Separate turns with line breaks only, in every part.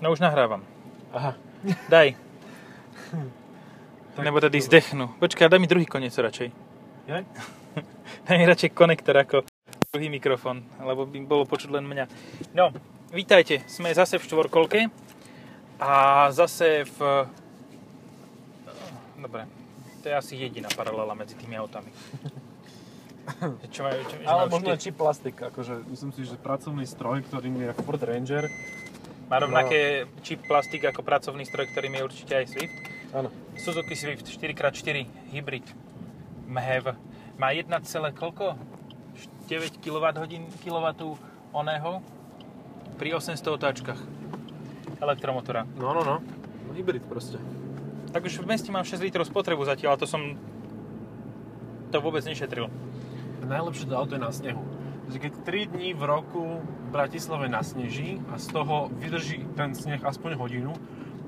No už nahrávam.
Aha.
Daj. Nebo tedy zdechnu. Počkaj, daj mi druhý koniec radšej.
Hej?
Daj mi radšej konektor ako druhý mikrofón, lebo by bolo počuť len mňa. No, vítajte, sme zase v štvorkolke a zase v... Dobre, to je asi jediná paralela medzi tými autami. Čo majú, čo, čo
Ale
majú
možno
štyri-
či plastik, akože myslím si, že pracovný stroj, ktorým je Ford Ranger,
má rovnaké
No.
čip plastik ako pracovný stroj, ktorým je určite aj Swift.
áno,
Suzuki Swift 4x4 hybrid MHEV má 1, koľko? 9 kWh kW oného pri 800 otáčkach elektromotora.
no, no, no, hybrid proste.
Tak už v meste mám 6 litrov spotrebu zatiaľ, ale to som to vôbec nešetril.
Najlepšie to auto je na snehu. Takže keď 3 dní v roku v Bratislave nasneží a z toho vydrží ten sneh aspoň hodinu,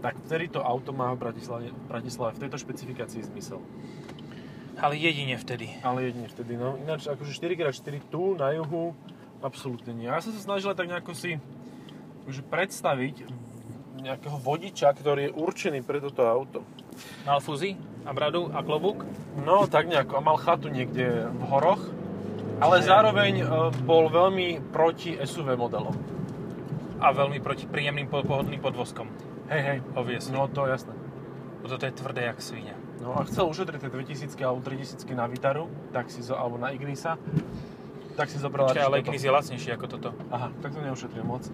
tak vtedy to auto má v Bratislave, v Bratislave v tejto špecifikácii zmysel.
Ale jedine vtedy.
Ale jedine vtedy, no. Ináč akože 4x4 tu na juhu absolútne nie. Ja som sa snažil tak nejako si akože predstaviť nejakého vodiča, ktorý je určený pre toto auto.
Mal fúzi a bradu a klobúk.
No, tak nejako. A mal chatu niekde v horoch, ale zároveň e, bol veľmi proti SUV modelom.
A veľmi proti príjemným po- pohodlným podvozkom.
Hej, hej.
Obviesne.
No, to jasné.
Toto je tvrdé jak svinia.
No a chcel ušetriť tie 2000 alebo 3000 na Vitaru, tak si zo, alebo na Ignisa, tak si zobral
Počkaj,
radšej
ale
toto.
Ignis je lacnejší ako toto.
Aha, tak to neušetril moc.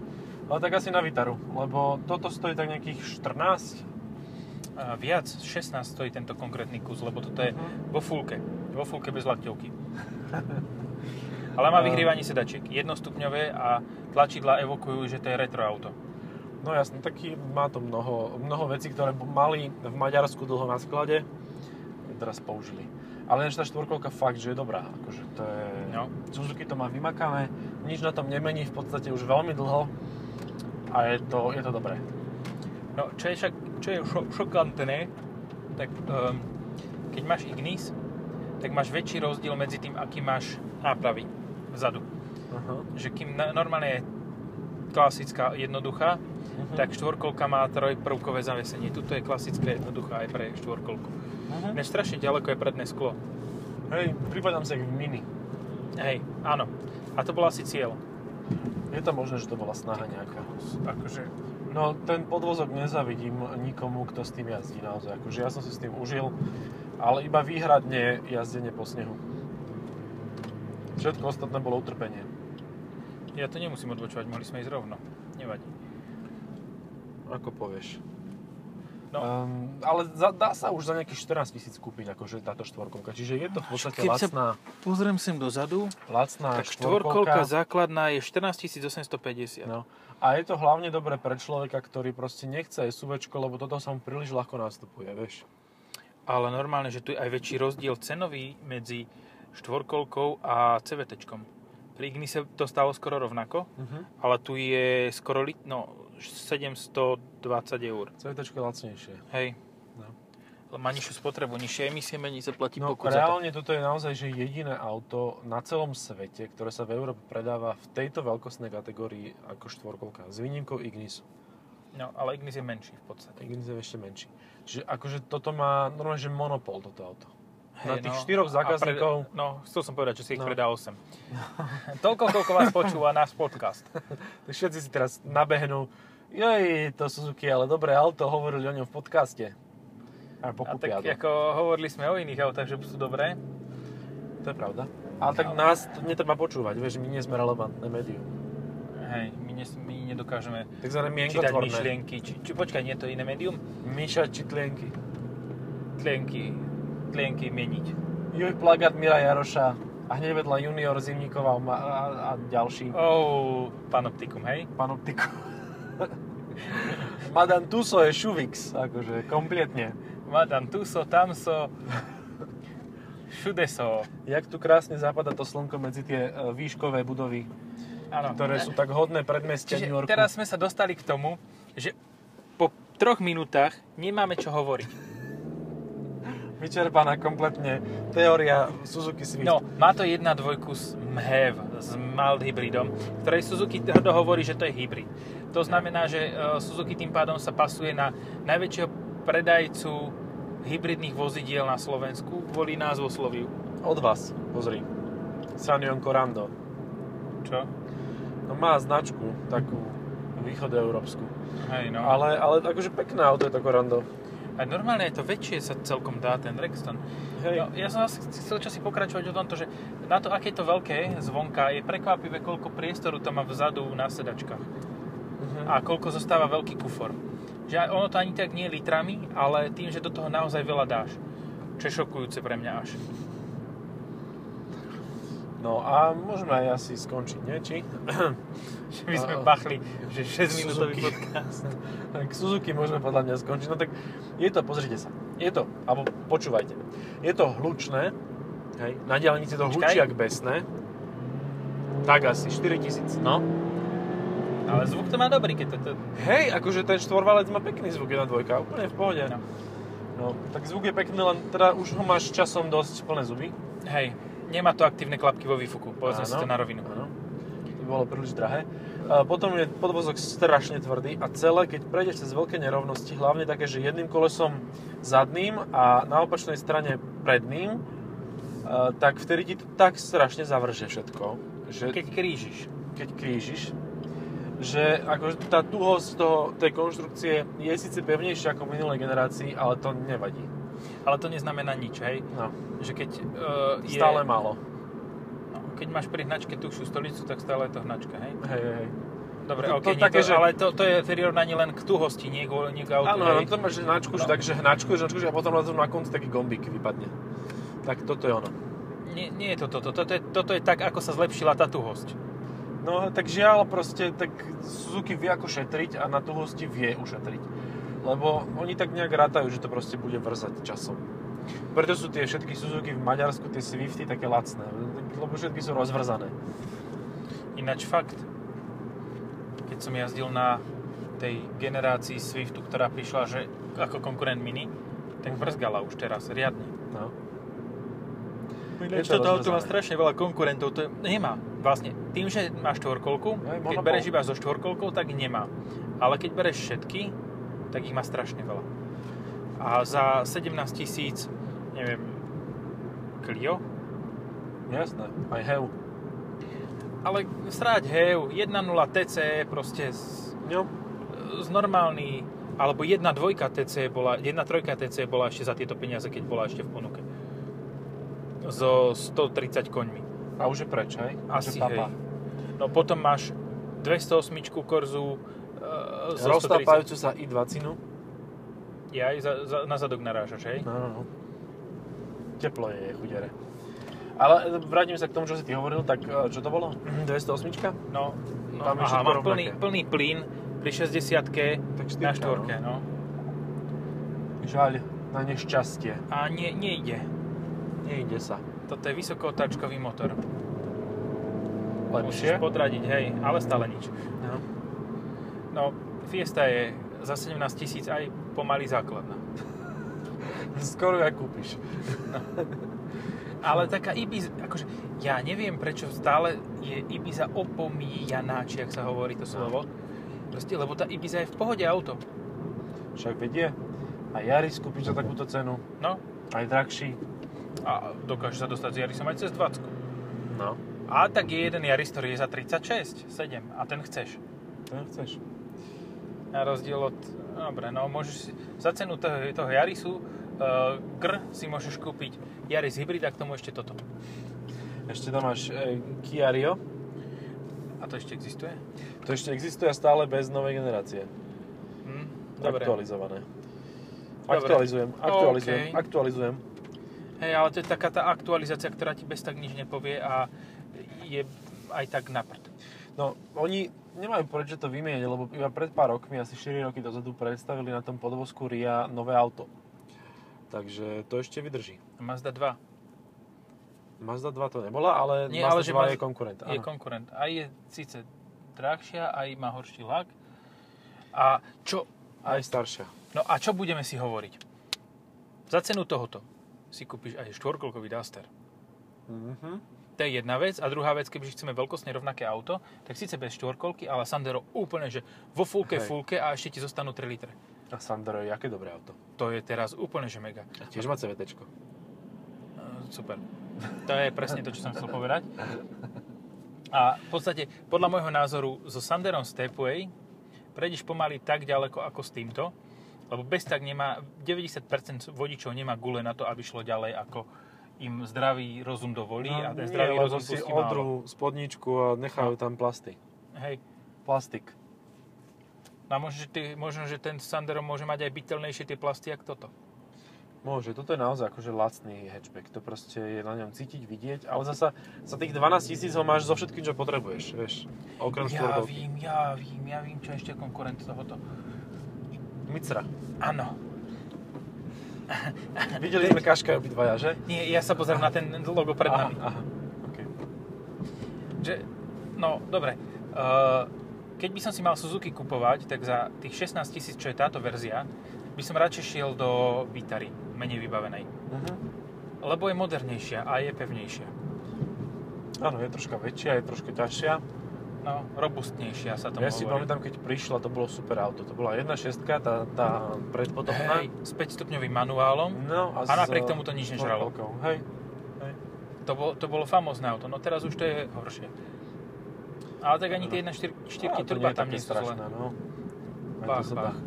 Ale tak asi na Vitaru, lebo toto stojí tak nejakých 14.
A viac, 16 stojí tento konkrétny kus, lebo toto je vo fulke. Vo fulke bez lakťovky. Ale má
A-
vyhrývanie sedačiek, jednostupňové a tlačidla evokujú, že to je retro auto.
No jasne, taký má to mnoho, mnoho vecí, ktoré b- mali v Maďarsku dlho na sklade, teraz použili. Ale než tá štvorkolka fakt, že je dobrá. Akože to je...
No.
Suzuki to má vymakané, nič na tom nemení v podstate už veľmi dlho a je to, je to dobré.
No, čo je, však, čo je šo- šokantné, tak um, keď máš Ignis, tak máš väčší rozdiel medzi tým, aký máš nápravy vzadu.
Aha.
Že kým na, normálne je klasická jednoduchá,
Mhm.
tak štvorkolka má trojprvkové zavesenie. Tuto je klasická jednoduchá aj pre štvorkolku.
Mhm.
Mne strašne ďaleko je predné sklo.
Hej, pripadám sa jak v mini.
Hej, áno. A to bol asi cieľ.
Je to možné, že to bola snaha nejaká.
Akože,
No, ten podvozok nezavidím nikomu, kto s tým jazdí naozaj. Akože ja som si s tým užil, ale iba výhradne jazdenie po snehu. Všetko ostatné bolo utrpenie.
ja to nemusím odbočovať, mohli sme ísť rovno. Nevadí.
Ako povieš.
No.
Um, ale za, dá sa už za nejakých 14 tisíc kúpiť akože táto štvorkolka. Čiže je to v podstate
Keď sa-
lacná,
Pozriem sem dozadu.
lacná
Tak
štvorkolka.
štvorkolka základná je 14 850.
No. A je to hlavne dobré pre človeka, ktorý proste nechce SUVčko, lebo toto sa mu príliš ľahko nastupuje, vieš.
Ale normálne, že tu je aj väčší rozdiel cenový medzi štvorkolkou a CVTčkom. Pri Ignise to stálo skoro rovnako,
Uh-huh.
ale tu je skoro lit, no, 720 eur.
CVTčko je lacnejšie.
Hej.
No.
Ale Má nižšiu spotrebu, nižšie emisie, menej sa platí
No,
pokut za to.
reálne toto je naozaj že jediné auto na celom svete, ktoré sa v Európe predáva v tejto veľkostnej kategórii ako štvorkolka. S výnimkou Ignisu.
No, ale Ignis je menší v podstate.
Ignis je ešte menší. Čiže akože toto má normálne, že monopol toto auto.
Hej,
Na
no.
tých štyroch
a
zákazníkov-
Pre, no, chcel som povedať, že si ich
No.
predá 8. Toľko, koľko vás počúva náš podcast.
Tak všetci si teraz nabehnú, joj, to Suzuki, ale dobré auto, hovorili o ňom v podcaste.
A
A
tak
pokúpia to.
ako hovorili sme o iných autách, že sú dobré.
To je pravda. Ale tak
Ale-
nás to netreba počúvať, vieš, my nie sme relevantné médium.
Hej, my, nes, my nedokážeme
Tak zároveň
čítať
mienkotvorné.
myšlienky. Či, či, počkaj, nie je to iné médium?
Míša Čitlienky.
Tlienky, tlienky meniť.
Juj plagát Mira Jaroša a hneď vedľa Junior Zimníková a, a, a ďalší.
Oh, panoptikum, hej?
Panoptiku. Madame Tuso je Šuvix, akože, kompletne.
Madame Tuso, tamso, všude so.
Jak tu krásne zapadá to slnko medzi tie e, výškové budovy,
Áno.
ktoré sú tak hodné predmestia
Čiže
New Yorku.
teraz sme sa dostali k tomu, že po troch minútach nemáme čo hovoriť.
Vyčerpaná kompletne teória Suzuki Swift.
No, má to jedna E dvojku s MHEV, s mild hybridom, ktorej Suzuki tvrdo hovorí, že to je hybrid. To To znamená, že e, Suzuki tým pádom sa pasuje na najväčšieho predajcu hybridných vozidiel na Slovensku kvôli názvu Sloviu.
Od vás, pozri. Sanion Corando.
Čo?
No má značku takú východoeurópsku.
Hej, no. Ale...
Ale, ale akože pekné auto je to Corando.
A normálne je to väčšie sa celkom dá ten Rexton.
Hej.
No, ja som asi chcel časi pokračovať o tomto, že na to, aké je to veľké zvonka, je prekvapivé, koľko priestoru to má vzadu na sedačkách
Mhm.
a koľko zostáva veľký kufor. Že aj- ono to ani tak nie je litrami, ale tým, že do toho naozaj veľa dáš. Čo je šokujúce pre mňa až.
No a môžeme aj asi skončiť, nie? Či?
Že my sme
A-
bachli, že 6 minútový
Suzuki.
podcast.
K Suzuki môžeme podľa mňa skončiť. No tak je to, pozrite sa. Je to, alebo počúvajte. Je to hlučné, hej, na diálnici to
Počkaj.
hlučí jak besné. Tak asi, 4000, no.
Ale zvuk to má dobrý, keď to... to...
Hej, akože ten štvorvalec má pekný zvuk, jedna dvojka, úplne v pohode.
No.
No. tak zvuk je pekný, len teda už ho máš časom dosť plné zuby.
Hej, nemá to aktívne klapky vo výfuku, povedzme si
Áno,
to na rovinu.
Áno. To by bolo príliš drahé. A potom je podvozok strašne tvrdý a celé, keď prejdeš cez veľké nerovnosti, hlavne také, že jedným kolesom zadným a na opačnej strane predným, a tak vtedy ti to tak strašne zavrže všetko, že keď,
Keď krížiš.
keď krížiš, že akože tá tuhosť toho, tej konštrukcie je síce pevnejšia ako v minulej generácii, ale to nevadí.
Ale to neznamená nič, hej.
No,
Že keď, uh, je,
stále málo.
no, keď máš pri hnačke tuhšiu stolicu, tak stále je to hnačka, hej.
Hej, hej, hej.
Dobre,
To-
to,
to
okay, nie
také,
to,
že-
ale to, to je prirovnanie len k tuhosti, nie k, nie k autu,
Áno,
hej.
áno, to máš hnačku, že
No.
takže hnačku, hnačku, a potom na tom na konci taký gombík vypadne. Tak toto je ono.
Nie, nie je to toto, toto je, toto je tak, ako sa zlepšila tá tuhosť.
No tak žiaľ, proste, tak Suzuki vie ako šetriť a na tuhosti vie ušetriť. Lebo oni tak nejak rátajú, že to proste bude vrzať časom. Preto sú tie všetky Suzuki v Maďarsku, tie Swifty také lacné, lebo všetky sú rozvrzané.
Ináč fakt, keď som jazdil na tej generácii Swiftu, ktorá prišla že ako konkurent Mini, tak
Mhm.
brzgala už teraz riadne.
No.
Ináč toto auto má strašne veľa konkurentov, to je, nemá. Vlastne, tým, že má štvorkolku,
Aj,
keď
monopol.
bereš iba so štvorkolkou, tak nemá. Ale keď bereš všetky, tak ich má strašne veľa. A za 17 tisíc, neviem, Clio,
Jasné, aj heu.
ale sráď hev, 1.0 TCE proste z,
Jo.
z normálny, alebo 1.2 TCE bola, 1.3 TCE bola ešte za tieto peniaze, keď bola ešte v ponuke. So 130 koňmi.
A už je preč, hej? Už
Asi,
je
hej.
papa.
No potom máš 208 korzu e, so 130.
Roztápajúcu sa i20.
Ja aj za, za, na zadok narážaš, hej?
No, no, no. Teplo je, chudere. Ale e, vrátim sa k tomu, čo si ty hovoril, tak e, čo to bolo?
Mhm,
208?
No, no aha,
Tam je všetko
máš
rovnaké.
plný, plný plyn pri 60
Tak
na štvorke,
no.
no.
Žaľ, na nešťastie.
A nie, nejde.
Nejde sa.
Toto je vysokootáčkový motor. Musíš
Lepšie?
podradiť, hej, ale stále nič.
No.
No, Fiesta je za 17 tisíc aj pomaly základná.
Skoro ja kúpiš.
Ale taká Ibiza, akože ja neviem prečo stále je Ibiza opomíjaná, či ak sa hovorí to slovo. Proste, lebo tá Ibiza je v pohode auto.
Však vedie. A Jaris kúpiš za takúto cenu.
No
Aj drahší.
a dokáže sa dostať s Jarisom aj cez 20.
No.
A tak je jeden Jaris, ktorý je za 36, 7 a ten chceš.
To nechceš.
Na rozdiel od... Dobre, no môžeš si, za cenu toho, toho Jarisu uh, gr si môžeš kúpiť Jaris Hybrid a k tomu ešte toto.
Ešte tam máš e, Kia Rio.
A to ešte existuje?
To ešte existuje a stále bez novej generácie.
Hm, dobre.
Aktualizované.
Dobre.
Aktualizujem, aktualizujem,
OK.
aktualizujem.
Hej, ale to je taká tá aktualizácia, ktorá ti bez tak nič nepovie a je aj tak na prd.
No, oni nemajú prečo to vymieňať, lebo iba pred pár rokmi, asi 4 roky dozadu, predstavili na tom podvozku RIA nové auto. Takže to ešte vydrží.
Mazda 2
Mazda 2 to nebola, ale
Nie,
Mazda
ale že
2
Maz-
je konkurent.
je
áno.
konkurent. A je síce drahšia, aj má horší lak. A čo,
Aj staršia.
no a čo budeme si hovoriť? Za cenu tohoto si kúpiš aj štvorkolkový Duster.
Mhm.
To je jedna vec. A druhá vec, kebyže chceme veľkostne rovnaké auto, tak síce bez štvorkolky, ale Sandero úplne, že vo fulke,
Hej.
fulke a ešte ti zostanú 3 litre.
A Sandero je aké dobré auto.
To je teraz úplne, že mega.
A tiež má CVT.
Eh, Super. To je presne to, čo som chcel povedať. A v podstate, podľa môjho názoru, so Sanderom Stepway prejdeš pomaly tak ďaleko ako s týmto, lebo bez tak nemá, 90% vodičov nemá gule na to, aby šlo ďalej ako im zdravý rozum dovolí a ten zdravý
No, lebo
rozum
si
pustí málo.
odrú spodničku a nechajú tam plasty.
Hej.
Plastik.
No a možno, že, ty, možno, že ten Sandero môže mať aj bytelnejšie tie plasty, ako toto.
Môže, toto je naozaj akože lacný hatchback. To proste je na ňom cítiť, vidieť, ale zasa za tých 12 tisíc ho máš so všetkým, čo potrebuješ, vieš. Okrem
Ja
štvorkolky.
vím, ja vím, ja vím, čo je ešte konkurent tohoto.
Micra.
Áno.
Videli sme Kaška obidvaja, že?
Nie, ja sa pozerám na ten logo pred
aha,
nami.
Aha, okay.
Že, no, dobre. Uh, keď by som si mal Suzuki kupovať, tak za tých 16 tisíc, čo je táto verzia, by som radšej šiel do Vitary, menej vybavenej.
Mhm.
Lebo je modernejšia a je pevnejšia.
Áno, je troška väčšia, je troška ťažšia.
No, robustnejšia sa tomu
ja si
hovorí.
pamätám, keď prišla, to bolo super auto. To bola 1.6, tá, tá predpotomná.
Hej, s 5-stupňovým manuálom.
No a,
A napriek tomu to nič nežralo.
štvorkolkou, Hej.
To, bol, to bolo famózne auto, no teraz už to je horšie. Ale tak ani tie 1.4
Á, to
turba
nie je
tam
také
nie sú
strašné,
zlé.
no. Aj
Bach,
to sa dá.
bach.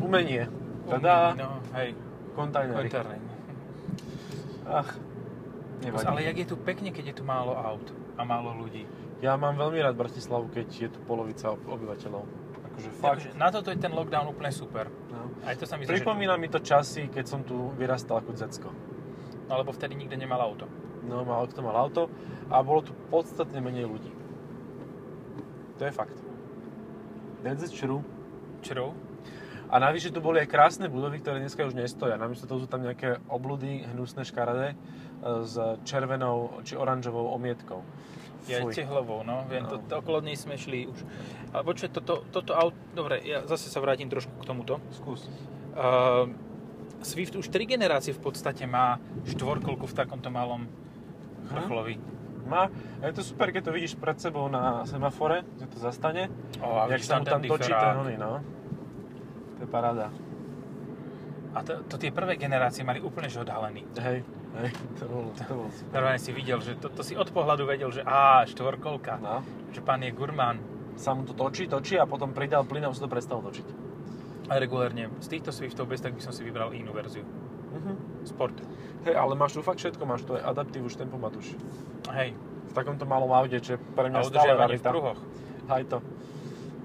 Umenie.
Umí,
Tada,
No, hej,
kontajnery.
kontarnej.
Ach, nevadí.
Ale jak je tu pekne, keď je tu málo aut a málo ľudí.
Ja mám veľmi rád Bratislavu, keď je tu polovica ob- obyvateľov. Akože fakt.
Takže na toto je ten lockdown úplne super.
No.
Aj to sa mi zdá, že-
Pripomína mi to časy, keď som tu vyrastal ako decko.
No, lebo vtedy nikto nemal auto.
No, málo kto mal auto a bolo tu podstatne menej ľudí. To je fakt. That's true.
Črov?
A navyše tu boli aj krásne budovy, ktoré dneska už nestoja. Namiesto toho sú tam nejaké obludy, hnusné škaredé e, s červenou či oranžovou omietkou.
Ja
Fuj.
tehlovou, no. Viem, to,
No.
to, okolo nej sme šli už. Ale počuj, toto, toto auto... Dobre, ja zase sa vrátim trošku k tomuto.
Skús.
Uh, Swift už tri generácie v podstate má štvorkolku v takomto malom vrcholovi.
Má, a je to super, keď to vidíš pred sebou na semafore, že to zastane.
O,
A
a
jak
vidíš
sa
tam
mu tam
ten
točí ten
diferák.
oný, no. To je paráda.
A to, to tie prvé generácie mali úplne že odhalený.
Hej, hej, to bolo, to bolo super.
Normálne si videl, že to, to si od pohľadu vedel, že á, štvorkolka,
No.
že pán je gurmán.
Sa mu to točí, točí a potom pridal plyn a už sa to prestalo točiť.
A regulérne z týchto Swiftov bez tak by som si vybral inú verziu. Sport.
Hej, ale máš tu fakt všetko, máš tu aj adaptív už tempomat už.
Hej,
V takomto malom aute, čo je pre
a
mňa stále
udržiavanie v
rarita.
pruhoch.
Aj to.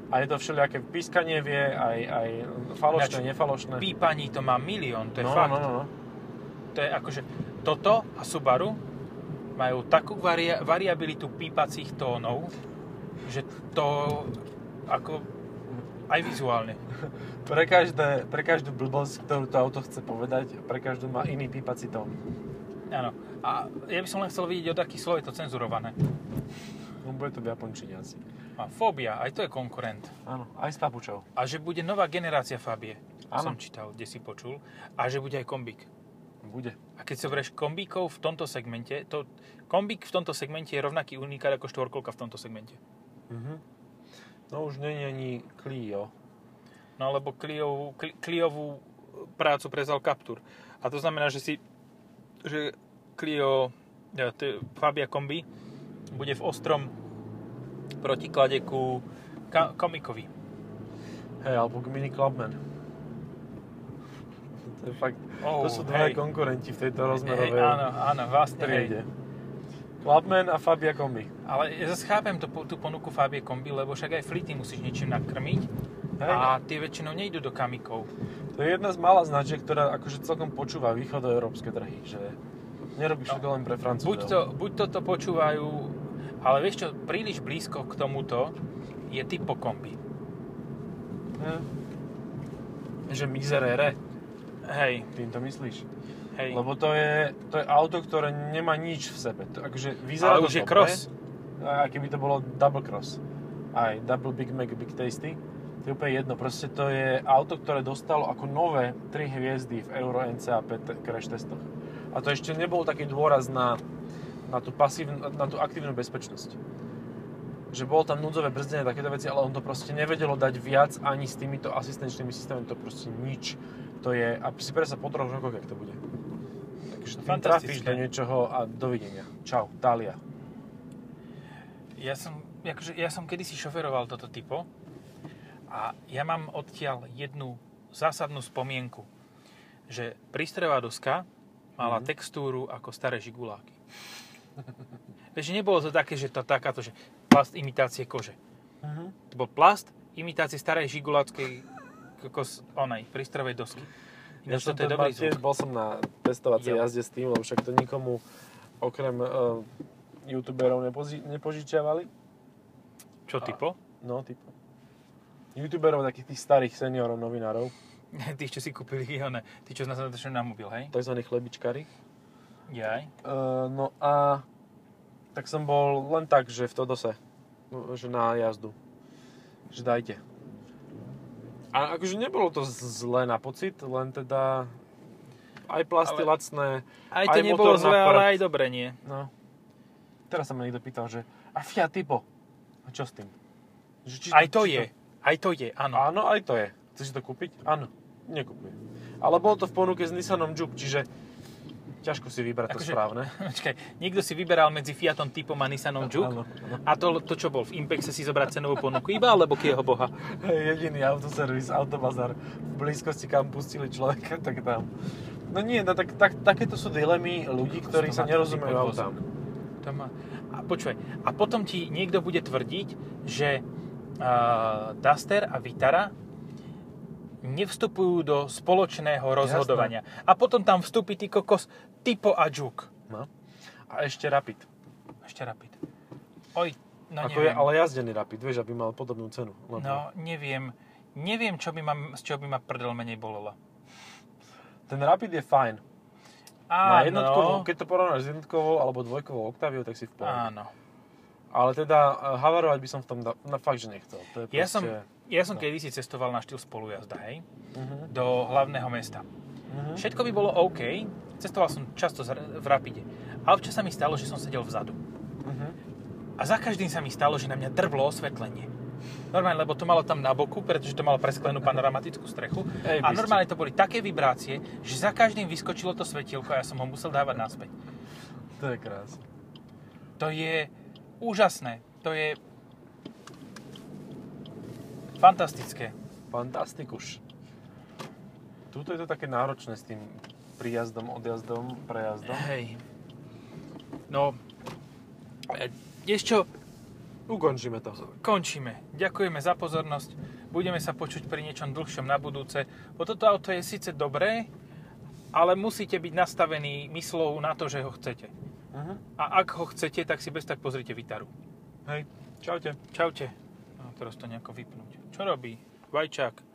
A je to všelijaké pískanie vie, aj, aj falošné,
Ináč,
nefalošné.
Pípaní to má milión, to je
no,
fakt.
no, no, no.
To je akože, toto a Subaru majú takú varia- variabilitu pípacích tónov, že to ako aj vizuálne.
Pre, každé, pre každú blbosť, ktorú to auto chce povedať, pre každú má iný pípací tón.
Áno. A ja by som len chcel vidieť, od akých slov je to cenzurované.
No bude to v Japončine asi.
A fóbia, aj to je konkurent.
Áno, aj s papučou.
A že bude nová generácia Fabie.
Áno.
Som čítal, kde si počul. A že bude aj kombík.
Bude.
A keď sa berieš kombíkov v tomto segmente, to kombík v tomto segmente je rovnaký unikát ako štvorkolka v tomto segmente.
Mhm. No už nie je ani Clio.
No alebo Cliovú, Cli- Cliovú prácu prezal Captur. A to znamená, že si že Clio ja, to je Fabia Kombi bude v ostrom protiklade ku ka- komikovi.
Hej, alebo Mini Clubman. To je fakt,
Oh,
to sú dva
hej.
konkurenti v tejto
Hej,
rozmerovej
áno, áno, vlastne, hej.
triede. Clubman a Fabia Kombi.
Ale ja zase chápem to, po- tú ponuku Fabie Kombi, lebo však aj flity musíš niečím nakrmiť
Hej.
a tie väčšinou nejdú do kamikov.
To je jedna z mála značiek, ktorá akože celkom počúva východoeurópske trhy, že nerobí všetko len pre Francúzov.
No. Buď, to, buď toto počúvajú, ale vieš čo, príliš blízko k tomuto je typo kombi.
Hm. Že mizerere,
Hej,
tým to myslíš?
hej.
Lebo to je, to je auto, ktoré nemá nič v sebe. To, akože vyzerá
ale
to
už je
dobre,
cross.
A keby to bolo double cross. Aj double Big Mac, Big Tasty. To je úplne jedno. Proste to je auto, ktoré dostalo ako nové 3 hviezdy v Euro NCAP t- crash testoch. A to ešte nebol taký dôraz na na tú, pasívnu, na tú aktívnu bezpečnosť. Že bolo tam núdzové brzdenie, takéto veci, ale on to proste nevedelo dať viac ani s týmito asistenčnými systémami, to proste nič. To je, a si sa po troch rokoch, jak to bude. Takže ty
Fantastické.
trafíš do niečoho a dovidenia. Čau, Talia.
Ja som, akože, ja som kedysi šoferoval toto typo a ja mám odtiaľ jednu zásadnú spomienku, že prístrojová doska mala
Mhm.
textúru ako staré žiguláky. Takže nebolo to také, že to takáto, že plast imitácie kože. To
Mhm.
bol plast imitácie starej žiguláckej kokos, onej, prístrojovej dosky. Ináč toto je
ten
dobrý
mal tiež,
zvuk.
bol som na
Jo.
testovacej jazde s tým, lebo však to nikomu okrem uh, youtuberov nepozi- nepožičiavali.
Čo typo?
No, typu. Youtuberov, takých tých starých seniorov, novinárov,
Tí, čo si kúpili, one, tí, čo z nás natočili na mobil, hej?
tzv. chlebičkári.
Jaj.
Uh, no a tak som bol len tak, že v Todose, no, že na jazdu. Že dajte. A akože nebolo to z- zlé na pocit, len teda aj plasty
Ale-
lacné.
Aj
Aj
to nebolo
motor na
zle, ale
prd.
aj dobre, nie?
No. Teraz sa ma niekto pýtal, že a Fiat Tipo. A čo s tým? Že či,
Aj to
či
je. No. Aj to je, áno.
Áno, aj to je. Chceš si to kúpiť? Áno. Nekupujem. Ale bolo to v ponuke s Nissanom Juke, čiže ťažko si vybrať to
Akože-
správne.
Počkaj, niekto si vyberal medzi Fiatom Typom a Nissanom Juke
Áno, áno.
a to, to čo bol v Impexe si zobrať cenovú ponuku iba, alebo k jeho boha.
Jediný autoservis, autobazar v blízkosti, kam pustili človeka, tak tam. No nie, no, tak, tak, takéto sú dilemy ľudí,
To
ktorí sa
má
nerozumejú
taký
autám.
To má... A počuj, a potom ti niekto bude tvrdiť, že uh, Duster a Vitara nevstupujú do spoločného rozhodovania. A potom tam vstúpi ty kokos Typo a Juke.
No. A ešte Rapid.
Ešte rapid. Oj, no
Ako
neviem.
je, ale jazdený Rapid, vieš, aby mal podobnú cenu. Lebo
No, neviem. Neviem, čo by ma, z čoho by ma prdel menej bolelo.
Ten Rapid je fajn. Na
Áno.
jednotkovou, keď to porovnáš s jednotkovou alebo dvojkovou Octaviou, tak si v pohode.
no. Áno.
Ale teda e, havarovať by som v tom da- na fakt, že nechcel. To je
Ja som,
proste-
ja som
no.
kedysi cestoval na štýl spolujazda, hej,
Mhm,
do hlavného mesta.
mhm.
Všetko by bolo OK, cestoval som často zr- v Rapide, ale občas sa mi stalo, že som sedel vzadu.
Mhm.
A za každým sa mi stalo, že na mňa drvlo osvetlenie. Normálne, lebo to malo tam na boku, pretože to malo presklenú panoramatickú strechu.
Ej,
a
by ste.
normálne to boli také vibrácie, že za každým vyskočilo to svetielko a ja som ho musel dávať naspäť.
To je krásne.
To je úžasné. To je fantastické.
Fantastikuš. Tuto je to také náročné s tým prijazdom, odjazdom, prejazdom.
Hej. No, e, vieš čo,
Ukončíme to.
končíme. Ďakujeme za pozornosť. Budeme sa počuť pri niečom dlhšom na budúce. Bo toto auto je síce dobré, ale musíte byť nastavení myslou na to, že ho chcete.
Mhm.
A ak ho chcete, tak si bez tak pozrite Vitaru.
Hej, čaute.
Čaute. No, teraz to nejako vypnúť. Čo robí? Vajčák.